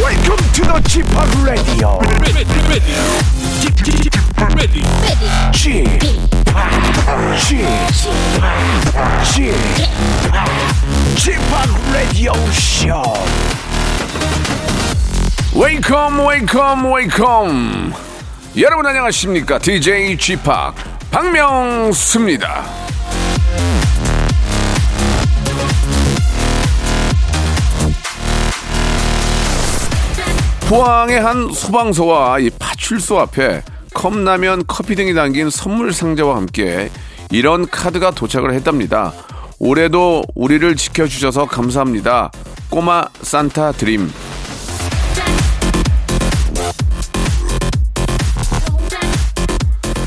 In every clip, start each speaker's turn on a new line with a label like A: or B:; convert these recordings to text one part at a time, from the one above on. A: Welcome to the Chip Radio.
B: ready, ready, ready, ready.
A: Chip, Chip, Chip, Chip Radio Show. Welcome, welcome, welcome. 여러분 안녕하십니까? DJ G 팍 박명수입니다. 포항의 한 소방서와 이 파출소 앞에 컵라면, 커피 등이 담긴 선물 상자와 함께 이런 카드가 도착을 했답니다. 올해도 우리를 지켜주셔서 감사합니다. 꼬마 산타 드림.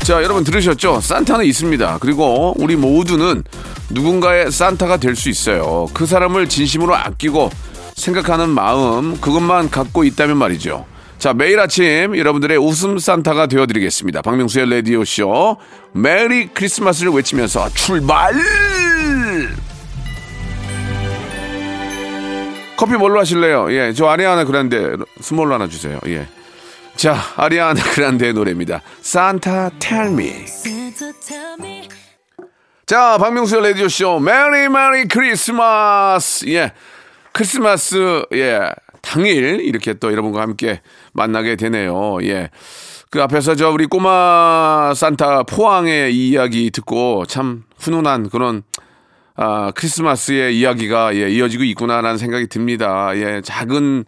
A: 자, 여러분 들으셨죠? 산타는 있습니다. 그리고 우리 모두는 누군가의 산타가 될 수 있어요. 그 사람을 진심으로 아끼고 생각하는 마음, 그것만 갖고 있다면 말이죠. 자, 매일 아침 여러분들의 웃음 산타가 되어드리겠습니다. 박명수의 라디오쇼. 메리 크리스마스를 외치면서 출발! 커피 뭘로 하실래요? 예, 저 아리아나 그란데 스몰로 하나 주세요. 예. 자, 아리아나 그란데의 노래입니다. 산타 텔미.
C: Santa, tell me.
A: 자, 박명수의 라디오쇼, 메리 메리 크리스마스! 예. 크리스마스, 예. 당일, 이렇게 또 여러분과 함께 만나게 되네요. 예. 그 앞에서 저 우리 꼬마 산타 포항의 이야기 듣고 참 훈훈한 그런 아, 크리스마스의 이야기가 예, 이어지고 있구나라는 생각이 듭니다. 예, 작은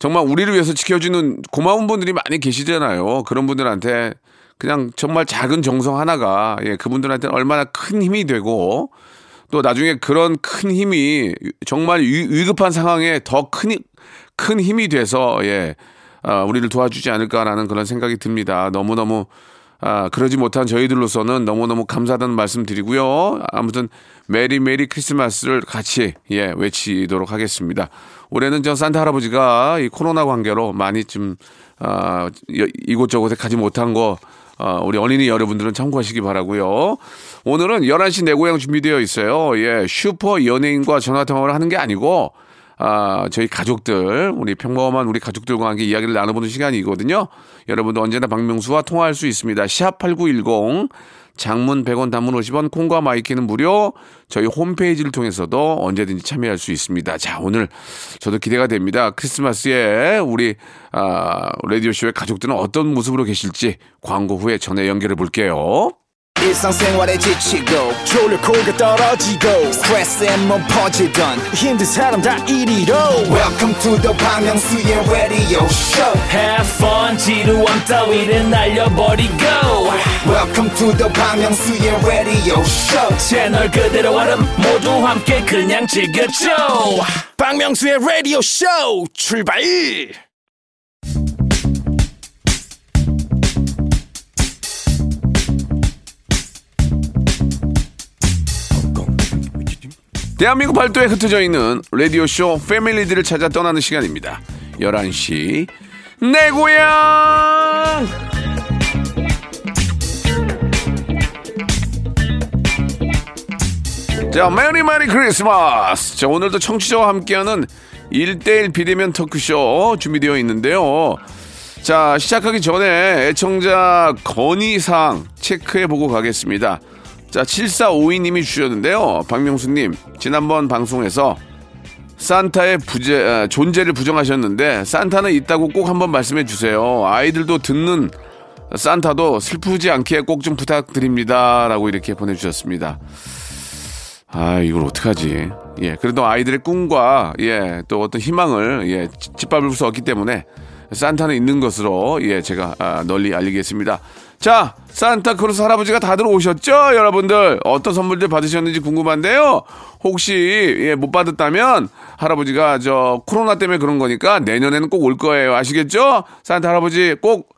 A: 정말 우리를 위해서 지켜주는 고마운 분들이 많이 계시잖아요. 그런 분들한테 그냥 정말 작은 정성 하나가 예, 그분들한테는 얼마나 큰 힘이 되고 또 나중에 그런 큰 힘이 정말 위- 위급한 상황에 더 큰 큰 힘이 돼서 예, 아, 우리를 도와주지 않을까라는 그런 생각이 듭니다. 너무너무 아, 그러지 못한 저희들로서는 너무너무 감사하다는 말씀 드리고요. 아무튼 메리 메리 크리스마스를 같이 예, 외치도록 하겠습니다. 올해는 저 산타 할아버지가 이 코로나 관계로 많이 좀 아, 여- 이곳저곳에 가지 못한 거 아, 우리 어린이 여러분들은 참고하시기 바라고요. 오늘은 11시 내 고향 준비되어 있어요. 예, 슈퍼 연예인과 전화 통화를 하는 게 아니고 아, 저희 가족들, 우리 평범한 우리 가족들과 함께 이야기를 나눠보는 시간이거든요. 여러분도 언제나 박명수와 통화할 수 있습니다. 샵8910, 장문 100원, 단문 50원, 콩과 마이키는 무료, 저희 홈페이지를 통해서도 언제든지 참여할 수 있습니다. 자, 오늘 저도 기대가 됩니다. 크리스마스에 우리, 아, 라디오쇼의 가족들은 어떤 모습으로 계실지 광고 후에 전에 연결해 볼게요.
D: 일상생활에 지치고, 졸려 코가 떨어지고, 스트레스에 몸 퍼지던, 힘든 사람 다 이리로. welcome to the Bang Myung-soo's radio show
E: Have fun 지루함 따위를 날려버리고
D: welcome to the Bang Myung-soo's radio show
E: 채널 그대로 얼음 모두 함께 그냥 즐겨줘
F: 박명수의 라디오 쇼 출발!
A: 대한민국 발도에 흩어져 있는 라디오쇼 패밀리들을 찾아 떠나는 시간입니다. 11시 내 고향 자 메리 메리 크리스마스 자 오늘도 청취자와 함께하는 1대1 비대면 터크쇼 준비되어 있는데요. 자, 시작하기 전에 애청자 건의사항 체크해보고 가겠습니다. 자, 7452님이 주셨는데요. 박명수님, 지난번 방송에서 산타의 부재, 아, 존재를 부정하셨는데, 산타는 있다고 꼭 한번 말씀해 주세요. 아이들도 듣는 산타도 슬프지 않게 꼭 좀 부탁드립니다. 라고 이렇게 보내주셨습니다. 아, 이걸 어떡하지. 예, 그래도 아이들의 꿈과, 예, 또 어떤 희망을, 예, 지- 짓밟을 수 없기 때문에, 산타는 있는 것으로, 예, 제가, 아, 널리 알리겠습니다. 자, 산타크로스 할아버지가 다들 오셨죠? 여러분들, 어떤 선물들 받으셨는지 궁금한데요. 혹시, 예, 못 받았다면, 할아버지가, 저, 코로나 때문에 그런 거니까, 내년에는 꼭 올 거예요. 아시겠죠? 산타 할아버지 꼭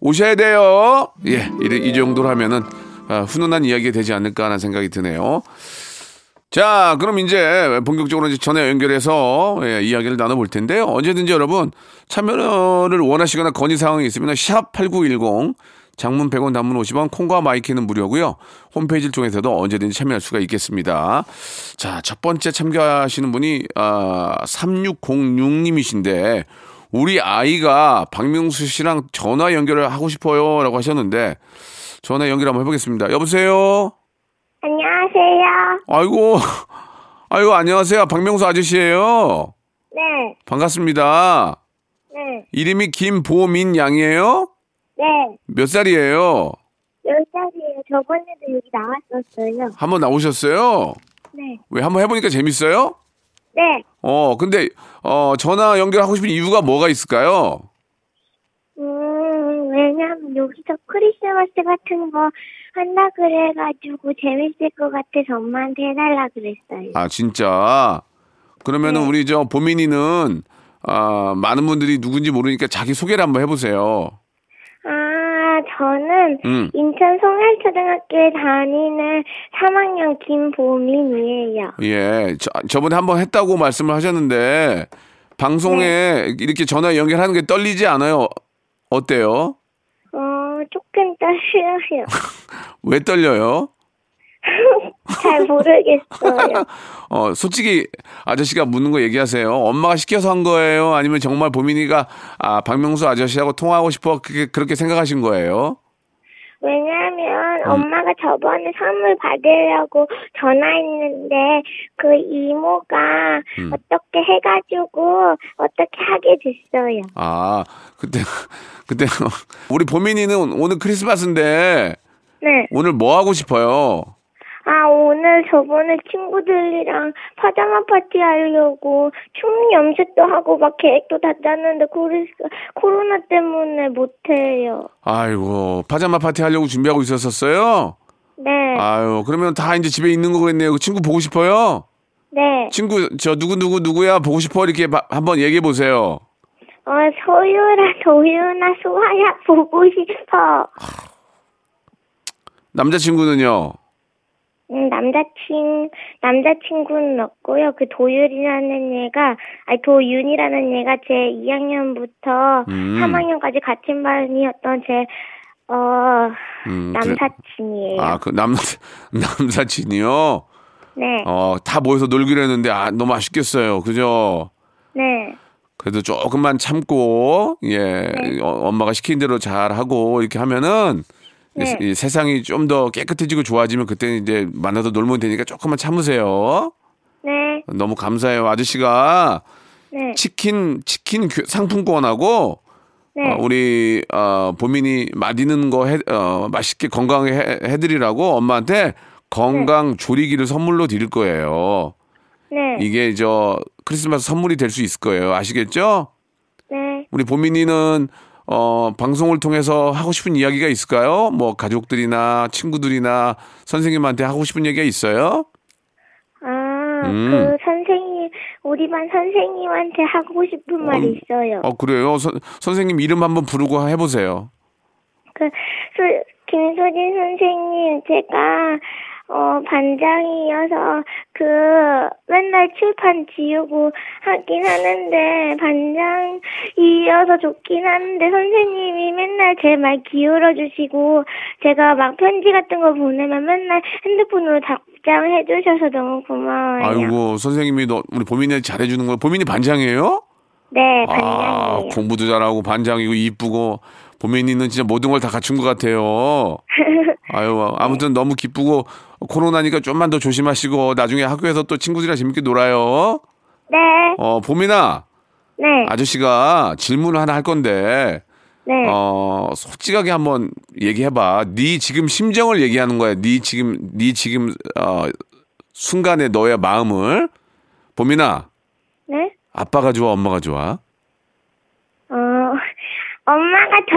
A: 오셔야 돼요. 예, 이, 이 정도로 하면은, 아, 훈훈한 이야기가 되지 않을까 하는 생각이 드네요. 자, 그럼 이제 본격적으로 이제 전화 연결해서 예, 이야기를 나눠볼 텐데요. 언제든지 여러분 참여를 원하시거나 건의 사항이 있으면 샵8910 장문 100원 단문 50원 콩과 마이키는 무료고요. 홈페이지를 통해서도 언제든지 참여할 수가 있겠습니다. 자, 첫 번째 참가하시는 분이 아, 3606님이신데 우리 아이가 박명수 씨랑 전화 연결을 하고 싶어요라고 하셨는데 전화 연결 한번 해보겠습니다. 여보세요.
G: 안녕하세요.
A: 아이고, 아이고 안녕하세요. 박명수 아저씨예요.
G: 네,
A: 반갑습니다.
G: 네,
A: 이름이 김보민 양이에요.
G: 네.
A: 몇 살이에요?
G: 열 살이에요. 저번에도 여기 나왔었어요.
A: 한번 나오셨어요?
G: 네,
A: 왜 한번 해보니까 재밌어요?
G: 네.
A: 어, 근데 어 전화 연결하고 싶은 이유가 뭐가 있을까요?
G: 음, 왜냐면 여기서 크리스마스 같은 거 한다 그래가지고 재밌을 것 같아서 엄마한테 해달라 그랬어요.
A: 아 진짜 그러면은 우리 저 보민이는 아 많은 분들이 누군지 모르니까 자기 소개를 한번 해보세요.
G: 아, 저는
A: 음.
G: 인천 송할초등학교에 다니는 3학년 김보민이에요.
A: 예, 저, 저번에 한번 했다고 말씀을 하셨는데 방송에 이렇게 전화 연결하는 게 떨리지 않아요? 어때요?
G: 어, 조금 떨려요.
A: 왜 떨려요?
G: 잘 모르겠어요.
A: 어, 솔직히 아저씨가 묻는 거 얘기하세요. 엄마가 시켜서 한 거예요? 아니면 정말 보민이가 아, 박명수 아저씨하고 통화하고 싶어 그렇게, 그렇게 생각하신 거예요?
G: 왜냐면 엄마가 저번에 선물 받으려고 전화했는데 그 이모가 어떻게 해가지고 어떻게 하게 됐어요.
A: 아, 그때, 그때, 우리 보민이는 오늘 크리스마스인데
G: 네.
A: 오늘 뭐 하고 싶어요?
G: 아 오늘 저번에 친구들이랑 파자마 파티 하려고 춤 연습도 하고 막 계획도 다 짰는데 코리스, 코로나 때문에 못해요.
A: 아이고, 파자마 파티 하려고 준비하고 있었었어요?
G: 네.
A: 아유, 그러면 다 이제 집에 있는 거겠네요. 그 친구 보고 싶어요?
G: 네.
A: 친구, 저 누구누구 누구야 보고 싶어? 이렇게 바- 한번 얘기해 보세요.
G: 어 소유라 도유나 수아야 보고 싶어.
A: 남자친구는요?
G: 음, 남자친 남자친구는 없고요. 그 도율이라는 얘가 아니 도윤이라는 얘가 제 2학년부터
A: 음.
G: 3학년까지 같은 반이었던 제어
A: 음, 그래-
G: 남사친이에요.
A: 아, 그 남, 남사친이요?
G: 네,
A: 어, 다 모여서 놀기로 했는데, 아, 너무 아쉽겠어요. 그죠?
G: 네,
A: 그래도 조금만 참고, 예, 어, 엄마가 시킨 대로 잘 하고, 이렇게 하면은, 이
G: 네.
A: 세- 이 세상이 좀 더 깨끗해지고 좋아지면 그때 이제 만나서 놀면 되니까 조금만 참으세요.
G: 네,
A: 너무 감사해요. 아저씨가
G: 네,
A: 치킨, 치킨 교- 상품권하고,
G: 네.
A: 어, 우리 어, 보민이 맛있는 거 해, 어, 맛있게 건강하게 해, 해드리라고 엄마한테 건강 조리기를 선물로 드릴 거예요.
G: 네,
A: 이게 저 크리스마스 선물이 될 수 있을 거예요. 아시겠죠?
G: 네.
A: 우리 보민이는 어, 방송을 통해서 하고 싶은 이야기가 있을까요? 뭐 가족들이나 친구들이나 선생님한테 하고 싶은 얘기가 있어요?
G: 아,
A: 음.
G: 그 선생님 우리 반 선생님한테 하고 싶은 말이
A: 음,
G: 있어요.
A: 어 그래요. 선, 선생님 이름 한번 부르고 해보세요.
G: 그 수, 김소진 선생님 제가 어 반장이어서 그 맨날 칠판 지우고 하긴 하는데 반장이어서 좋긴 한데 선생님이 맨날 제 말 기울여 주시고 제가 막 편지 같은 거 보내면 맨날 핸드폰으로 답장해 주셔서 너무 고마워요.
A: 아이고 선생님이 너 우리 보민이 잘해주는 거 보민이 반장이에요?
G: 네,
A: 아,
G: 반장이에요.
A: 공부도 잘하고 반장이고 이쁘고 보민이는 진짜 모든 걸 다 갖춘 것 같아요. 아유, 아무튼 너무 기쁘고 코로나니까 좀만 더 조심하시고 나중에 학교에서 또 친구들이랑 재밌게 놀아요.
G: 네.
A: 어, 보민아,
G: 네.
A: 아저씨가 질문을 하나 할 건데
G: 네.
A: 어, 솔직하게 한번 얘기해봐. 네 지금 심정을 얘기하는 거야. 네 지금 네 지금 어, 순간의 너의 마음을 보민아,
G: 네.
A: 아빠가 좋아, 엄마가 좋아?
G: 어. 엄마가 더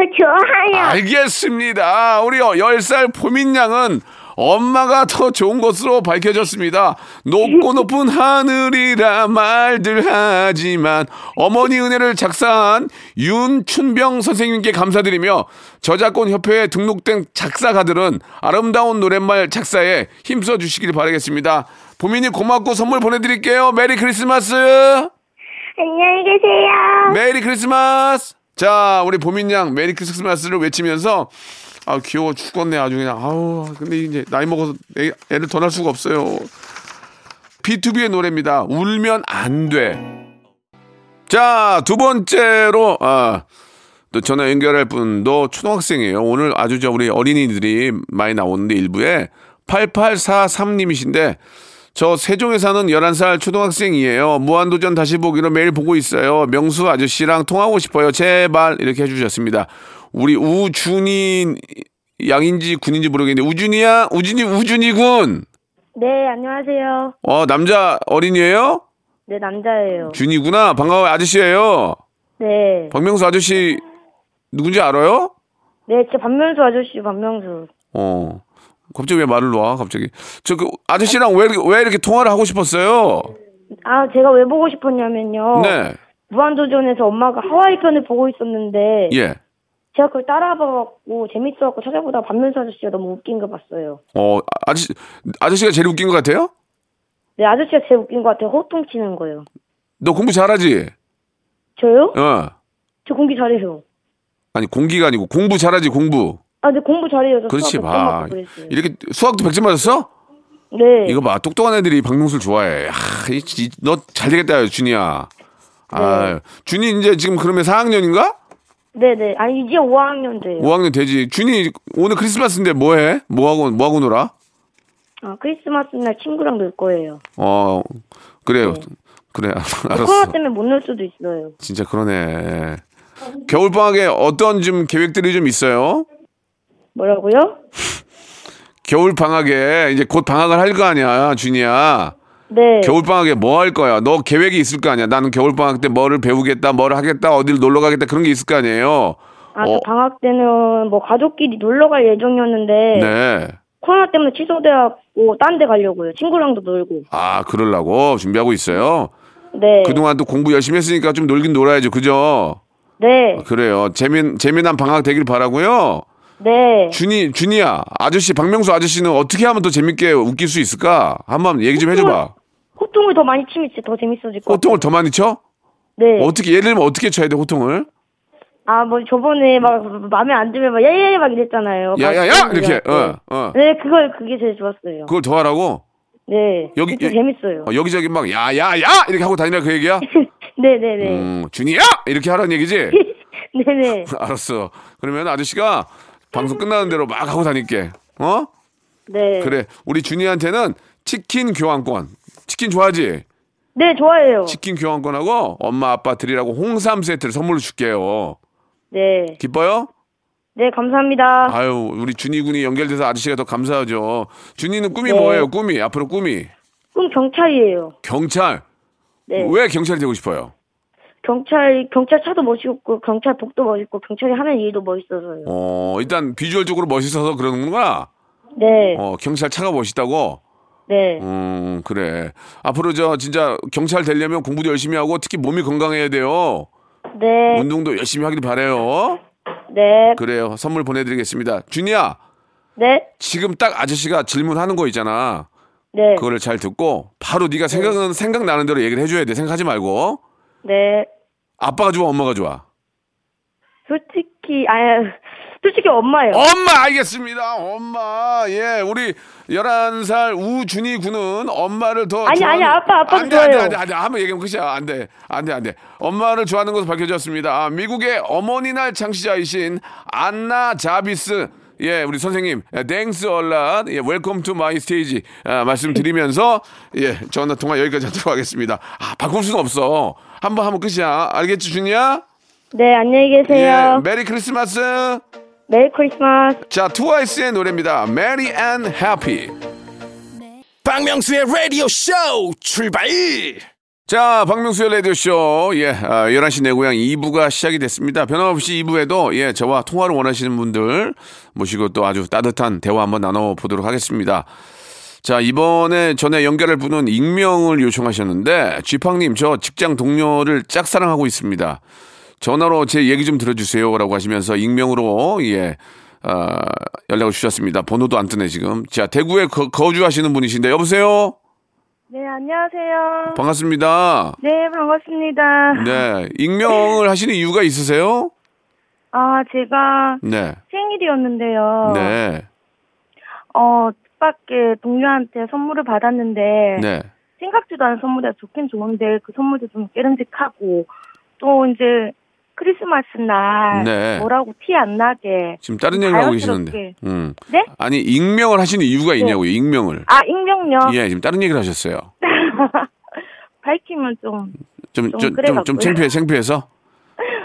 G: 좋아요.
A: 알겠습니다. 우리 10살 포민양은 엄마가 더 좋은 것으로 밝혀졌습니다. 높고 높은 하늘이라 말들 하지만 어머니 은혜를 작사한 윤춘병 선생님께 감사드리며 저작권 협회에 등록된 작사가들은 아름다운 노랫말 작사에 힘써 주시길 바라겠습니다. 보민이 고맙고 선물 보내드릴게요. 메리 크리스마스!
G: 안녕히 계세요.
A: 메리 크리스마스! 자, 우리 보민양 메리 크리스마스를 외치면서 아 귀여워 죽겠네 아주 그냥 아우 근데 이제 나이 먹어서 애, 애를 더 낳을 수가 없어요. B2B의 노래입니다. 울면 안 돼. 자, 두 번째로, 아, 또 전화 연결할 분도 초등학생이에요. 오늘 아주 저 우리 어린이들이 많이 나오는데 일부에 8843님이신데 저 세종에 사는 11살 초등학생이에요. 무한도전 다시 보기로 매일 보고 있어요. 명수 아저씨랑 통하고 싶어요. 제발 이렇게 해주셨습니다. 우리 우준이 양인지 군인지 모르겠는데 우준이야 우준이 우준이 군.
G: 네, 안녕하세요.
A: 어 남자 어린이에요?
G: 네, 남자예요.
A: 준이구나 반가워요 아저씨예요.
G: 네.
A: 박명수 아저씨 누군지 알아요?
G: 네, 제 반명수 아저씨, 반명수.
A: 어. 갑자기 왜 말을 놓아? 갑자기. 저 그 아저씨랑 왜, 이렇게- 왜 이렇게 통화를 하고 싶었어요?
G: 아, 제가 왜 보고 싶었냐면요.
A: 네.
G: 무한도전에서 엄마가 하와이 편을 보고 있었는데
A: 예.
G: 제가 그걸 따라 봐갖고 재밌어갖고 찾아보다 가 반면수 아저씨가 너무 웃긴 거 봤어요.
A: 어, 아저씨 아저씨가 제일 웃긴 것 같아요?
G: 네, 아저씨가 제일 웃긴 것 같아요. 호통 치는 거예요.
A: 너 공부 잘하지?
G: 저요?
A: 어.
G: 저 공부 잘해요.
A: 아니 공기가 아니고 공부 잘하지 공부.
G: 아, 근데 공부 잘해요. 저
A: 그렇지
G: 수학 백점
A: 봐.
G: 맞고 그랬어요.
A: 이렇게 수학도 100점 맞았어?
G: 네.
A: 이거 봐. 똑똑한 애들이 박명수를 좋아해. 아, 이- 이- 너잘 되겠다, 준이야.
G: 네.
A: 아, 준이 이제 지금 그러면 4학년인가?
G: 네네. 아니, 이제 5학년 돼요.
A: 5학년 되지. 준이 오늘 크리스마스인데 뭐 해? 뭐 하고 뭐 하고 놀아?
G: 아, 크리스마스 날 친구랑 놀 거예요.
A: 어 그래요
G: 네.
A: 그래
G: 코로나
A: 알았어
G: 때문에 못 놀 수도 있어요.
A: 진짜 그러네 겨울 방학에 어떤 좀 계획들이 좀 있어요
G: 뭐라고요?
A: 겨울 방학에 이제 곧 방학을 할 거 아니야 준이야
G: 네.
A: 겨울 방학에 뭐 할 거야 너 계획이 있을 거 아니야 나는 겨울 방학 때 뭐를 배우겠다 뭐를 하겠다 어디를 놀러 가겠다 그런 게 있을 거 아니에요
G: 아, 저
A: 어,
G: 방학 때는 뭐 가족끼리 놀러 갈 예정이었는데
A: 네.
G: 코로나 때문에 취소돼갖고 딴 데 가려고요. 친구랑도 놀고.
A: 아, 그러려고 준비하고 있어요.
G: 네.
A: 그동안 또 공부 열심히 했으니까 좀 놀긴 놀아야죠. 그죠? 아,
G: 네.
A: 그래요. 재미 재미난 방학 되길 바라고요.
G: 네.
A: 준이 준이야 아저씨 박명수 아저씨는 어떻게 하면 더 재밌게 웃길 수 있을까? 한번 얘기 좀 해줘봐.
G: 호통을 더 많이 치면 진짜 더 재밌어질 것 같아요.
A: 호통을 더 많이 쳐?
G: 네.
A: 어떻게 예를 들면 어떻게 쳐야 돼 호통을?
G: 아, 뭐 저번에 막 마음에 안 들면 막 예예 막 이랬잖아요.
A: 야야야
G: 막
A: 이렇게. 어,
G: 그래갖고.
A: 어.
G: 네, 그걸 그게 제일 좋았어요.
A: 그걸 더 하라고.
G: 네.
A: 여기-
G: 진짜
A: 여-
G: 재밌어요.
A: 어, 여기저기 막 야야야 이렇게 하고 다니라 그 얘기야?
G: 네, 네, 네.
A: 음, 준이야 이렇게 하라는 얘기지?
G: 네, 네.
A: 알았어. 그러면 아저씨가 방송 끝나는 대로 막 하고 다닐게. 어?
G: 네.
A: 그래. 우리 준이한테는 치킨 교환권. 치킨 좋아하지?
G: 네, 좋아해요.
A: 치킨 교환권하고 엄마 아빠 드리라고 홍삼 세트를 선물로 줄게요.
G: 네.
A: 기뻐요?
G: 네, 감사합니다.
A: 아유 우리 준이 군이 연결돼서 아저씨가 더 감사하죠. 준이는 꿈이
G: 네.
A: 뭐예요? 꿈이 앞으로 꿈이
G: 꿈 경찰이에요.
A: 경찰.
G: 네.
A: 왜 경찰이 되고 싶어요?
G: 경찰 경찰 차도 멋있고 경찰 복도 멋있고 경찰이 하는 일도 멋있어서요.
A: 어 일단 비주얼적으로 멋있어서 그러는구나.
G: 네,
A: 어 경찰 차가 멋있다고.
G: 네,
A: 음 그래. 앞으로 저 진짜 경찰 되려면 공부도 열심히 하고 특히 몸이 건강해야 돼요.
G: 네,
A: 운동도 열심히 하길 바래요.
G: 네,
A: 그래요. 선물 보내드리겠습니다. 준이야
G: 네,
A: 지금 딱 아저씨가 질문하는 거 있잖아.
G: 네,
A: 그거를 잘 듣고 바로 네가 생각은 생각나는 대로 얘기를 해줘야 돼. 생각하지 말고.
G: 네.
A: 아빠가 좋아, 엄마가 좋아.
G: 솔직히 아 솔직히 엄마예요.
A: 엄마 알겠습니다. 엄마. 예, 우리 11살 우준이 군은 엄마를 더
G: 아니,
A: 좋아하는-
G: 아니, 아빠, 아빠도
A: 안 돼, 안 돼,
G: 좋아요.
A: 안 돼, 안 돼. 한번 얘기하면 끝이야. 안 돼. 안 돼, 안 돼. 엄마를 좋아하는 것으로 밝혀졌습니다. 아, 미국의 어머니 날 창시자이신 안나 자비스 예, 우리 선생님, 땡스 얼랏, 예, 웰컴 투 마이 스테이지, 아, 말씀드리면서, 예, 전화 통화 여기까지 하도록 하겠습니다. 아, 바꿀 수는 없어. 한번 하면 끝이야. 알겠지, 준이야?
G: 네, 안녕히
A: 예,
G: 계세요.
A: 메리 크리스마스!
G: 메리 크리스마스.
A: 자, 트와이스의 노래입니다. Merry and Happy.
F: 박명수의 라디오 쇼 출발!
A: 자, 박명수의 라디오쇼, 예, 아, 11시 내 고향 2부가 시작이 됐습니다. 변함없이 2부에도, 예, 저와 통화를 원하시는 분들 모시고 또 아주 따뜻한 대화 한번 나눠보도록 하겠습니다. 자, 이번에 전에 연결할 분은 익명을 요청하셨는데, 쥐팡님, 저 직장 동료를 짝사랑하고 있습니다. 전화로 제 얘기 좀 들어주세요. 라고 하시면서 익명으로, 예, 아, 연락을 주셨습니다. 번호도 안 뜨네, 지금. 자, 대구에 거, 거주하시는 분이신데, 여보세요?
G: 네, 안녕하세요.
A: 반갑습니다.
G: 네, 반갑습니다.
A: 네. 익명을 하시는 이유가 있으세요?
G: 아, 제가
A: 네.
G: 생일이었는데요.
A: 네.
G: 어, 뜻밖의 동료한테 선물을 받았는데
A: 네.
G: 생각지도 않은 선물이라 좋긴 좋은데 그 선물도 좀 깨름직하고
H: 또 이제 크리스마스 날
A: 네.
H: 뭐라고 티 안 나게
A: 지금 다른 얘기를 하고 계시는데.
H: 자연스럽게.
A: 음.
H: 네?
A: 아니 익명을 하시는 이유가 있냐고요. 익명을.
H: 아 익명요
A: 예, 지금 다른 얘기를 하셨어요.
H: 밝히면 좀좀
A: 좀좀 좀
H: 그래갖고요.
A: 좀 창피해 창피해서.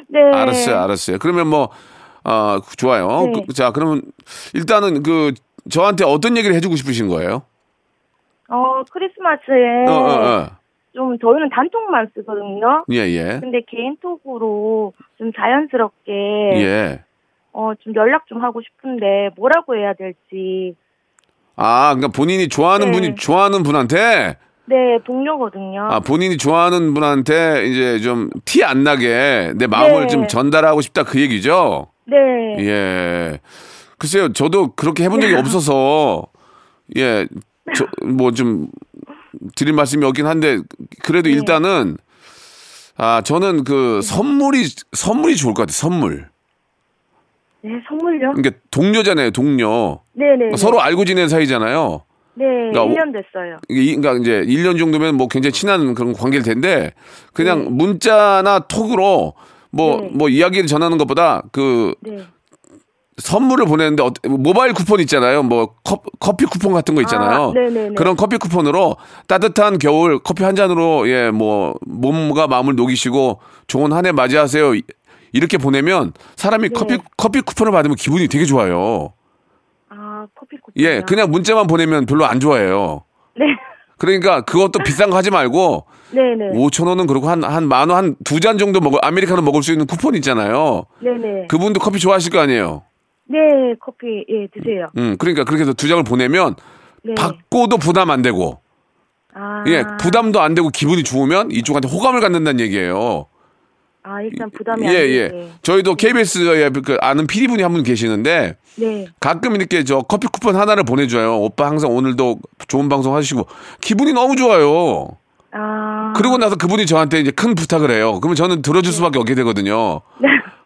H: 네.
A: 알았어요, 알았어요. 그러면 뭐 아, 좋아요.
H: 네.
A: 그, 자, 그러면 일단은 그 저한테 어떤 얘기를 해주고 싶으신 거예요?
H: 어 크리스마스에
A: 어, 어, 어.
H: 좀 저희는 단톡만 쓰거든요.
A: 예, 예.
H: 근데 개인톡으로 좀 자연스럽게
A: 예.
H: 어 좀 연락 좀 하고 싶은데 뭐라고 해야 될지
A: 아, 그러니까 본인이 좋아하는
H: 네.
A: 분이 좋아하는 분한테
H: 네 동료거든요.
A: 아, 본인이 좋아하는 분한테 이제 좀 티 안 나게 내 마음을
H: 네.
A: 좀 전달하고 싶다 그 얘기죠?
H: 네.
A: 예. 글쎄요, 저도 그렇게 해본 적이 없어서, 예, 저, 뭐 좀, 드릴 말씀이 없긴 한데, 그래도
H: 네.
A: 일단은, 아, 저는 그 선물이, 선물이 좋을 것 같아요, 선물.
H: 네 선물요?
A: 그러니까 동료잖아요, 동료.
H: 네네.
A: 어, 서로 아- 알고 지낸 사이잖아요.
H: 네
A: 그러니까
H: 1년 됐어요.
A: 이게 이- 그러니까 이제 1년 정도면 뭐 굉장히 친한 그런 관계일 텐데, 그냥 문자나 톡으로 뭐,
H: 네.
A: 뭐 이야기를 전하는 것보다 그
H: 네.
A: 선물을 보내는데 어- 모바일 쿠폰 있잖아요. 뭐 컵- 커피 쿠폰 같은 거 있잖아요.
H: 아, 네네네.
A: 그런 커피 쿠폰으로 따뜻한 겨울 커피 한 잔으로 예 뭐 몸과 마음을 녹이시고 좋은 한 해 맞이하세요. 이- 이렇게 보내면 사람이
H: 네.
A: 커피 커피 쿠폰을 받으면 기분이 되게 좋아요.
H: 아 커피 쿠폰.
A: 예, 그냥 문자만 보내면 별로 안 좋아해요.
H: 네.
A: 그러니까 그것도 비싼 거 하지 말고
H: 네네.
A: 5천 원은 그렇고 한 한 만 원 한 두 잔 정도 먹을 아메리카노 먹을 수 있는 쿠폰 있잖아요.
H: 네네.
A: 그분도 커피 좋아하실 거 아니에요.
H: 네 커피 예 드세요.
A: 음, 그러니까 그렇게 해서 두 장을 보내면
H: 네.
A: 받고도 부담 안 되고
H: 아.
A: 예 부담도 안 되고 기분이 좋으면 이쪽한테 호감을 갖는다는 얘기예요.
H: 아 일단 부담이 안
A: 예예
H: 되게.
A: 저희도 KBS에 그 아는 PD 분이 한 분 계시는데
H: 네.
A: 가끔 이렇게 저 커피 쿠폰 하나를 보내줘요. 오빠 항상 오늘도 좋은 방송 하시고 기분이 너무 좋아요.
H: 아. 네.
A: 그러고 나서 그분이 저한테 이제 큰 부탁을 해요. 그러면 저는 들어줄 수밖에 없게 되거든요.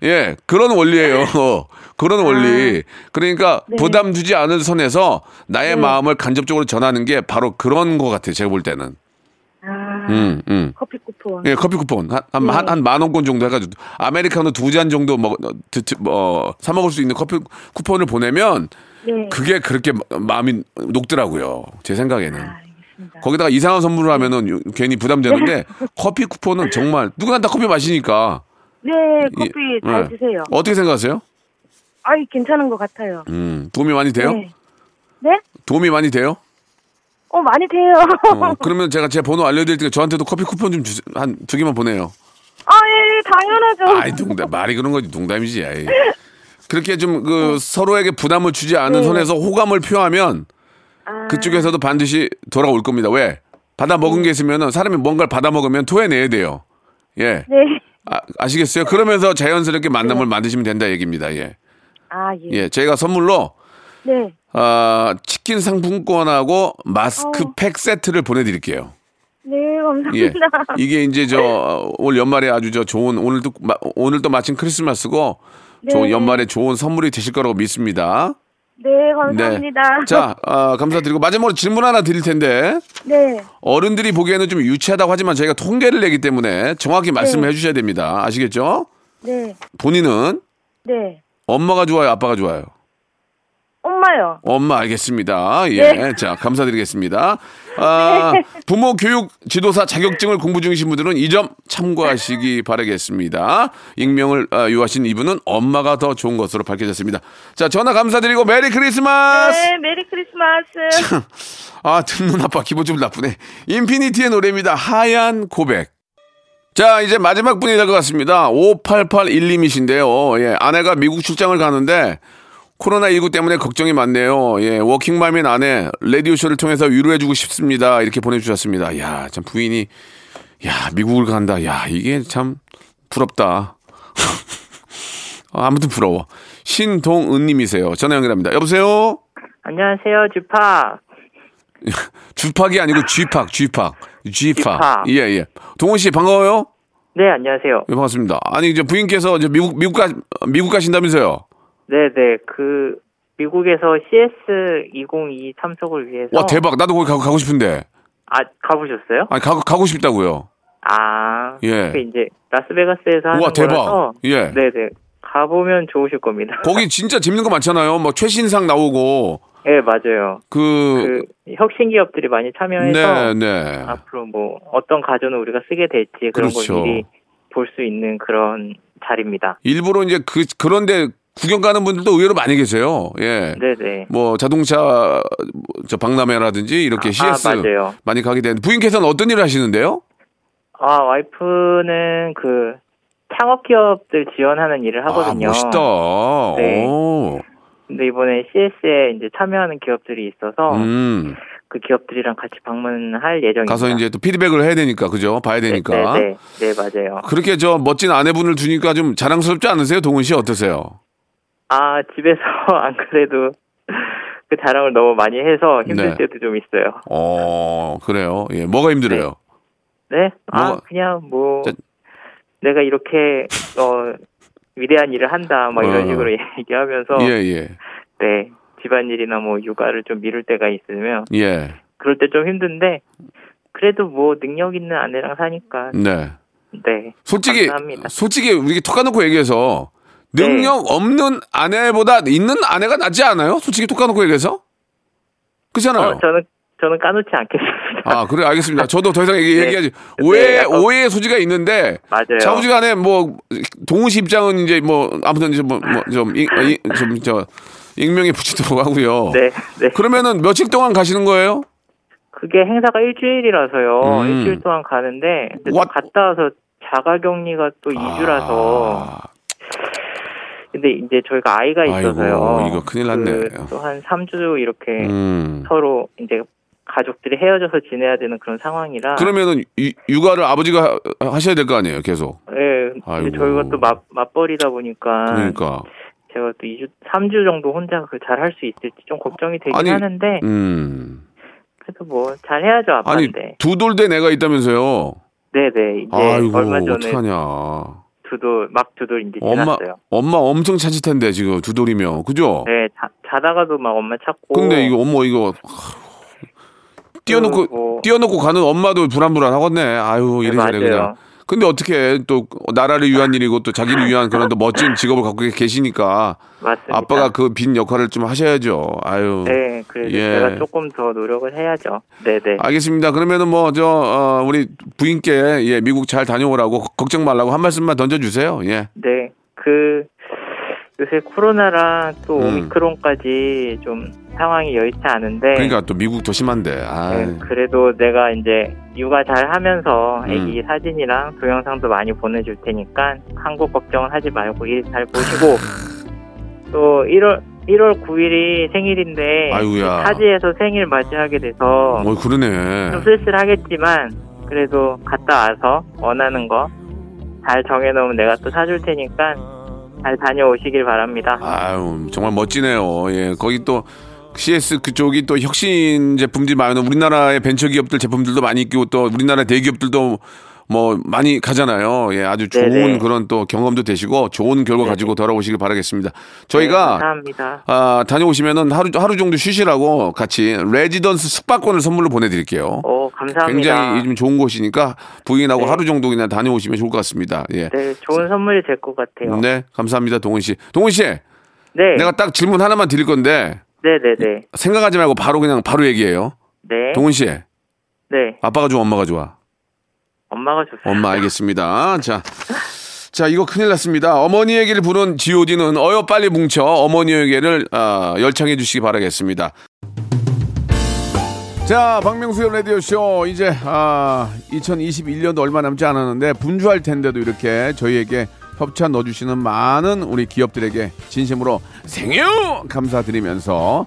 A: 예, 그런 원리예요. 그런 원리.
H: 아.
A: 그러니까
H: 네.
A: 부담 주지 않은 선에서 나의 마음을 간접적으로 전하는 게 바로 그런 것 같아요. 제가 볼 때는.
H: 아.
A: 음, 음.
H: 커피 쿠폰.
A: 예, 커피 쿠폰
H: 네.
A: 한한한 만 원권 정도 해가지고 아메리카노 두 잔 정도 먹, 어, 드- 드- 뭐, 사 먹을 수 있는 커피 쿠폰을 보내면
H: 네.
A: 그게 그렇게 마- 마음이 녹더라고요. 제 생각에는.
H: 아, 알겠습니다. 네.
A: 거기다가 이상한 선물을 하면은 요- 괜히 부담되는데 커피 쿠폰은 정말 누구나 다 커피 마시니까
H: 네
A: 이-
H: 커피 잘
A: 예.
H: 드세요.
A: 어떻게 생각하세요?
H: 아이 괜찮은 것 같아요.
A: 음, 도움이 많이 돼요?
H: 네. 네?
A: 도움이 많이 돼요?
H: 어 많이 돼요.
A: 어, 그러면 제가 제 번호 알려드릴 테니까 저한테도 커피 쿠폰 좀 주세요. 한 두 개만 보내요.
H: 아예 당연하죠.
A: 아이 농담 말이 그런 거지 농담이지. 아이. 그렇게 좀 그 서로에게 부담을 주지 않은 선에서 호감을 표하면 그쪽에서도 반드시 돌아올 겁니다. 왜? 받아 먹은 게 있으면은 사람이 뭔가를 받아 먹으면 토해내야 돼요. 예.
H: 네.
A: 아, 아시겠어요? 그러면서 자연스럽게 만남을 만드시면 된다 얘기입니다. 예.
H: 아 예.
A: 예. 저희가 선물로
H: 네.
A: 아, 치킨 상품권하고 마스크팩 세트를 보내 드릴게요.
H: 네
A: 예.
H: 감사합니다.
A: 이게 이제 저 올 연말에 아주 저 좋은 오늘도 마- 오늘도 마침 크리스마스고 좋은 연말에 좋은 선물이 되실 거라고 믿습니다.
H: 네 감사합니다.
A: 자, 아, 감사드리고 마지막으로 질문 하나 드릴 텐데
H: 네.
A: 어른들이 보기에는 좀 유치하다고 하지만 저희가 통계를 내기 때문에 정확히 말씀을 해주셔야 됩니다. 아시겠죠?
H: 네.
A: 본인은
H: 네.
A: 엄마가 좋아요, 아빠가 좋아요?
H: 엄마요.
A: 엄마 알겠습니다. 예. 자, 감사드리겠습니다. 아, 부모 교육 지도사 자격증을 공부 중이신 분들은 이 점 참고하시기 바라겠습니다. 익명을 아, 요하신 이분은 엄마가 더 좋은 것으로 밝혀졌습니다. 자, 전화 감사드리고 메리 크리스마스!
H: 네 메리 크리스마스.
A: 아, 듣는 아빠 기분 좀 나쁘네. 인피니티의 노래입니다. 하얀 고백. 자, 이제 마지막 분이 될 것 같습니다. 5881님이신데요. 예, 아내가 미국 출장을 가는데 코로나19 때문에 걱정이 많네요. 예, 워킹맘인 아내, 라디오쇼를 통해서 위로해주고 싶습니다. 이렇게 보내주셨습니다. 야, 참 부인이, 야, 미국을 간다. 야, 이게 참 부럽다. 아무튼 부러워. 신동은님이세요. 전화 연결합니다. 여보세요?
I: 안녕하세요, 주파.
A: 주팍이 아니고 쥐팍, 쥐팍, 쥐팍.
I: 쥐팍.
A: 예, 예. 동원 씨 반가워요.
I: 네, 안녕하세요.
A: 예, 반갑습니다. 아니 이제 부인께서 이제 미국 미국 가 미국 가신다면서요.
I: 네, 네. 그 미국에서 CS 2022 참석을 위해서
A: 와 대박. 나도 거기 가고, 가고 싶은데.
I: 아, 가보셨어요?
A: 아니 가고 가고 싶다고요.
I: 아.
A: 예.
I: 그 이제 라스베가스에서 하는
A: 우와, 대박.
I: 거라서
A: 예.
I: 네네 가보면 좋으실 겁니다.
A: 거기 진짜 재밌는 거 많잖아요. 뭐 최신상 나오고
I: 예 맞아요. 그
A: 그,
I: 혁신 기업들이 많이
A: 네,
I: 참여해서
A: 네.
I: 앞으로 뭐 어떤 가전을 우리가 쓰게 될지 그런
A: 그렇죠.
I: 걸 미리 볼 수 있는 그런 자리입니다.
A: 일부러 이제 그 그런데 구경 가는 분들도 의외로 많이 계세요. 예.
I: 네네.
A: 뭐 자동차 저 박람회라든지 이렇게
I: 아,
A: CS
I: 맞아요.
A: 많이 가게 되는 부인께서는 어떤 일을 하시는데요?
I: 아 와이프는 그 창업 기업들 지원하는 일을 하거든요.
A: 아, 멋있다.
I: 네.
A: 오.
I: 근데 이번에 CS에 이제 참여하는 기업들이 있어서
A: 음.
I: 그 기업들이랑 같이 방문할 예정입니다.
A: 가서 이제 또 피드백을 해야 되니까 그죠? 봐야 되니까.
I: 그러니까. 네, 네, 네, 맞아요.
A: 그렇게 저 멋진 아내분을 두니까 좀 자랑스럽지 않으세요? 동훈 씨 어떠세요?
I: 아 집에서 안 그래도 그 자랑을 너무 많이 해서 힘들
A: 네.
I: 때도 좀 있어요.
A: 어, 그래요. 예, 뭐가 힘들어요?
I: 네, 아
A: 뭐가-
I: 그냥 뭐
A: 자-
I: 내가 이렇게 어 위대한 일을 한다 막 이런
A: 어.
I: 식으로 얘기하면서
A: 예, 예.
I: 네 집안일이나 뭐 육아를 좀 미룰 때가 있으면
A: 예.
I: 그럴 때 좀 힘든데 그래도 뭐 능력 있는 아내랑 사니까
A: 네.
I: 네
A: 솔직히
I: 감사합니다. 네.
A: 솔직히 우리 톡 까놓고 얘기해서 능력 없는 아내보다 있는 아내가 낫지 않아요? 솔직히 톡 까놓고 얘기해서? 그렇잖아요.
I: 어, 저는 저는 까놓지 않겠습니다.
A: 아, 그래, 알겠습니다. 저도 더 이상 얘기,
I: 네.
A: 얘기하지. 오해,
I: 네, 약간-
A: 오해의 소지가 있는데.
I: 맞아요.
A: 자부지간에 뭐, 동훈 씨 입장은 이제 뭐, 아무튼 이제 뭐, 뭐 좀, 이, 이, 좀, 저, 익명에 붙이도록 하고요.
I: 네, 네.
A: 그러면은 며칠 동안 가시는 거예요?
I: 그게 행사가 일주일이라서요.
A: 음.
I: 일주일 동안 가는데 근데 또
A: What?
I: 갔다 와서 자가 격리가 또 2주라서
A: 아,
I: 근데 이제 저희가 아이가
A: 아이고,
I: 있어서요. 그
A: 이거 큰일 났네.
I: 또한 3주 이렇게
A: 음.
I: 서로 이제 가족들이 헤어져서 지내야 되는 그런 상황이라
A: 그러면은 이- 육아를 아버지가 하- 하셔야 될 거 아니에요, 계속.
I: 예.
A: 아이고.
I: 근데 저희가 또 맞, 맞벌이다 보니까
A: 그러니까.
I: 제가 또 2주 3주 정도 혼자 그걸 잘 할 수 있을지 좀 걱정이 되긴
A: 아니,
I: 하는데
A: 음.
I: 그래도 뭐 잘 해야죠,
A: 아니,
I: 네. 아빠인데.
A: 두 돌 된 애가 있다면서요?
I: 네, 네. 이제
A: 아이고,
I: 얼마 전에
A: 어떡하냐.
I: 두돌 막 두돌 이제
A: 엄마,
I: 지났어요.
A: 엄마 엄청 찾을 텐데, 지금 두 돌이면. 그죠?
I: 네, 자, 자다가도 막 엄마 찾고.
A: 어. 근데 이거 어머 이거 아휴. 띄워놓고
I: 뭐-
A: 띄워놓고 가는 엄마도 불안불안하겠네. 아유
I: 네,
A: 이래저래 그냥.
I: 맞아요. 아.
A: 근데 어떻게 또 나라를 위한 일이고 또 자기를 위한 그런 또 멋진 직업을 갖고 계시니까
I: 그러니까. 맞습니다.
A: 아빠가 그 빈 역할을 좀 하셔야죠. 아유.
I: 네, 그래서
A: 예. 아.
I: 제가 조금 더 노력을 해야죠. 네, 네.
A: 알겠습니다. 그러면은 뭐 저 우리 부인께 예 미국 잘 다녀오라고 거- 걱정 말라고 한 말씀만 던져주세요. 예.
I: 네. 그 요새 코로나랑 또
A: 음.
I: 오미크론까지 좀 상황이 여의치 않은데
A: 그러니까 또 미국 더 심한데. 아.
I: 네, 그래도 내가 이제 육아 잘 하면서
A: 음.
I: 아기 사진이랑 동영상도 많이 보내줄 테니까 한국 걱정은 하지 말고 일 잘 보시고 또 1월 1월 9일이 생일인데
A: 아이고야.
I: 타지에서 생일 맞이하게 돼서
A: 어 그러네.
I: 네, 좀 쓸쓸하겠지만 그래도 갔다 와서 원하는 거 잘 정해놓으면 내가 또 사줄 테니까 잘 다녀오시길 바랍니다.
A: 아유 정말 멋지네요. 예 거기 또 CS 그쪽이 또 혁신 제품들이 많은 우리나라의 벤처 기업들 제품들도 많이 있고 또 우리나라 대기업들도 뭐 많이 가잖아요. 예 아주 좋은
I: 네네.
A: 그런 또 경험도 되시고 좋은 결과 가지고 돌아오시길 바라겠습니다.
I: 네,
A: 저희가
I: 감사합니다.
A: 아, 다녀오시면은 하루 하루 정도 쉬시라고 같이 레지던스 숙박권을 선물로 보내드릴게요.
I: 오 감사합니다.
A: 굉장히 요즘 좋은 곳이니까 부인하고 하루 정도 그냥 다녀오시면 좋을 것 같습니다. 예.
I: 네 좋은 선물이 될 것 같아요.
A: 네, 감사합니다, 동훈 씨. 동훈 씨,
I: 네.
A: 내가 딱 질문 하나만 드릴 건데
I: 네네네.
A: 생각하지 말고 바로 그냥 바로 얘기해요.
I: 네.
A: 동훈 씨,
I: 네.
A: 아빠가 좋아, 엄마가 좋아.
I: 엄마가 좋습니다.
A: 엄마 알겠습니다. 자, 자 이거 큰일 났습니다. 어머니 얘기를 부른 G.O.D는 어여 빨리 뭉쳐 어머니 얘기를 아, 열창해 주시기 바라겠습니다. 자, 박명수의 라디오쇼. 이제, 아, 2021년도 얼마 남지 않았는데, 분주할 텐데도 이렇게 저희에게 협찬 넣어주시는 많은 우리 기업들에게 진심으로 생유! 감사드리면서.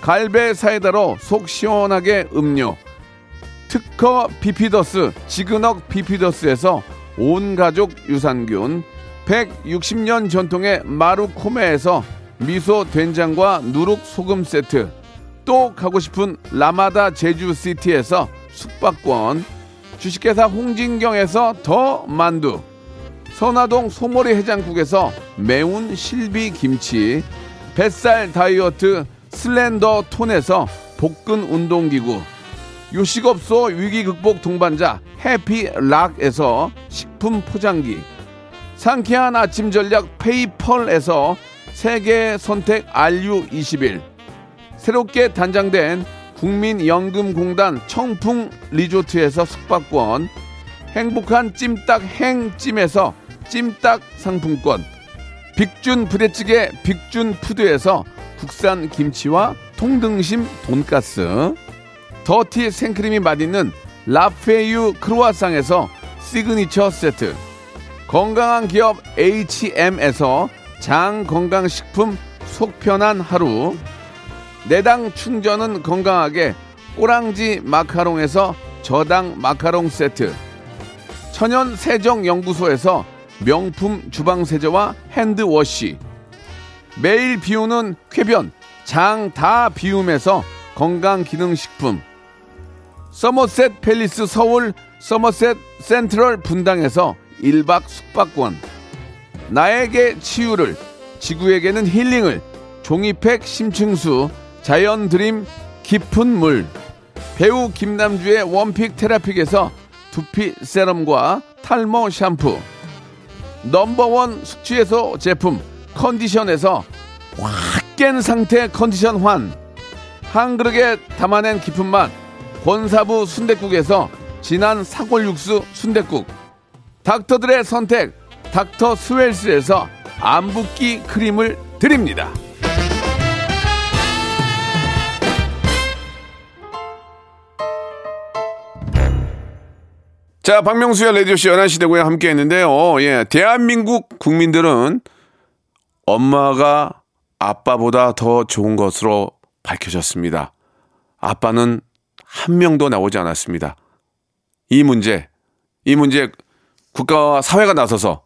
A: 갈배 사이다로 속 시원하게 음료, 특허 비피더스 지그넉 비피더스에서 온 가족 유산균 160년 전통의 마루코메에서 미소 된장과 누룩 소금 세트 또 가고 싶은 라마다 제주시티에서 숙박권 주식회사 홍진경에서 더 만두 선화동 소머리 해장국에서 매운 실비 김치, 뱃살 다이어트 슬렌더 톤에서 복근 운동기구, 요식업소 위기 극복 동반자 해피락에서 식품 포장기, 상쾌한 아침 전략 페이펄에서 세계 선택 RU21, 새롭게 단장된 국민연금공단 청풍 리조트에서 숙박권, 행복한 찜닭 행찜에서 찜닭 상품권 빅준 부대찌개 빅준 푸드에서 국산 김치와 통등심 돈가스 더티 생크림이 맛있는 라페유 크루아상에서 시그니처 세트 건강한 기업 HM에서 장 건강식품 속편한 하루 내당 충전은 건강하게 꼬랑지 마카롱에서 저당 마카롱 세트 천연 세정 연구소에서 명품 주방 세제와 핸드워시 매일 비우는 쾌변 장 다 비움에서 건강 기능 식품 서머셋 팰리스 서울 서머셋 센트럴 분당에서 1박 숙박권 나에게 치유를 지구에게는 힐링을 종이팩 심층수 자연 드림 깊은 물 배우 김남주의 원픽 테라픽에서 두피 세럼과 탈모 샴푸 넘버원 숙취해소 제품 컨디션에서 확 깬 상태 컨디션 환 한 그릇에 담아낸 깊은 맛 권사부 순댓국에서 진한 사골육수 순댓국 닥터들의 선택 닥터 스웰스에서 안붓기 크림을 드립니다 자, 박명수의 라디오쇼 11시 대고에 함께 했는데요. 예, 대한민국 국민들은 엄마가 아빠보다 더 좋은 것으로 밝혀졌습니다. 아빠는 한 명도 나오지 않았습니다. 이 문제, 이 문제 국가와 사회가 나서서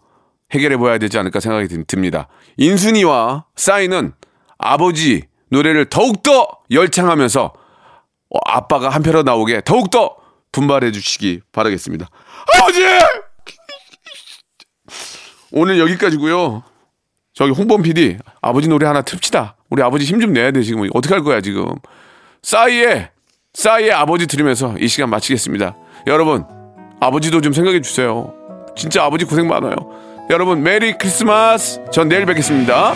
A: 해결해 봐야 되지 않을까 생각이 든- 듭니다. 인순이와 싸이는 아버지 노래를 더욱더 열창하면서 어, 아빠가 한편으로 나오게 더욱더 분발해 주시기 바라겠습니다. 아버지! 오늘 여기까지고요. 저기 홍범 PD 아버지 노래 하나 틉시다. 우리 아버지 힘 좀 내야 돼 지금 어떻게 할 거야 지금. 싸이의 싸이의 아버지 들으면서 이 시간 마치겠습니다. 여러분 아버지도 좀 생각해 주세요. 진짜 아버지 고생 많아요. 여러분 메리 크리스마스. 전 내일 뵙겠습니다.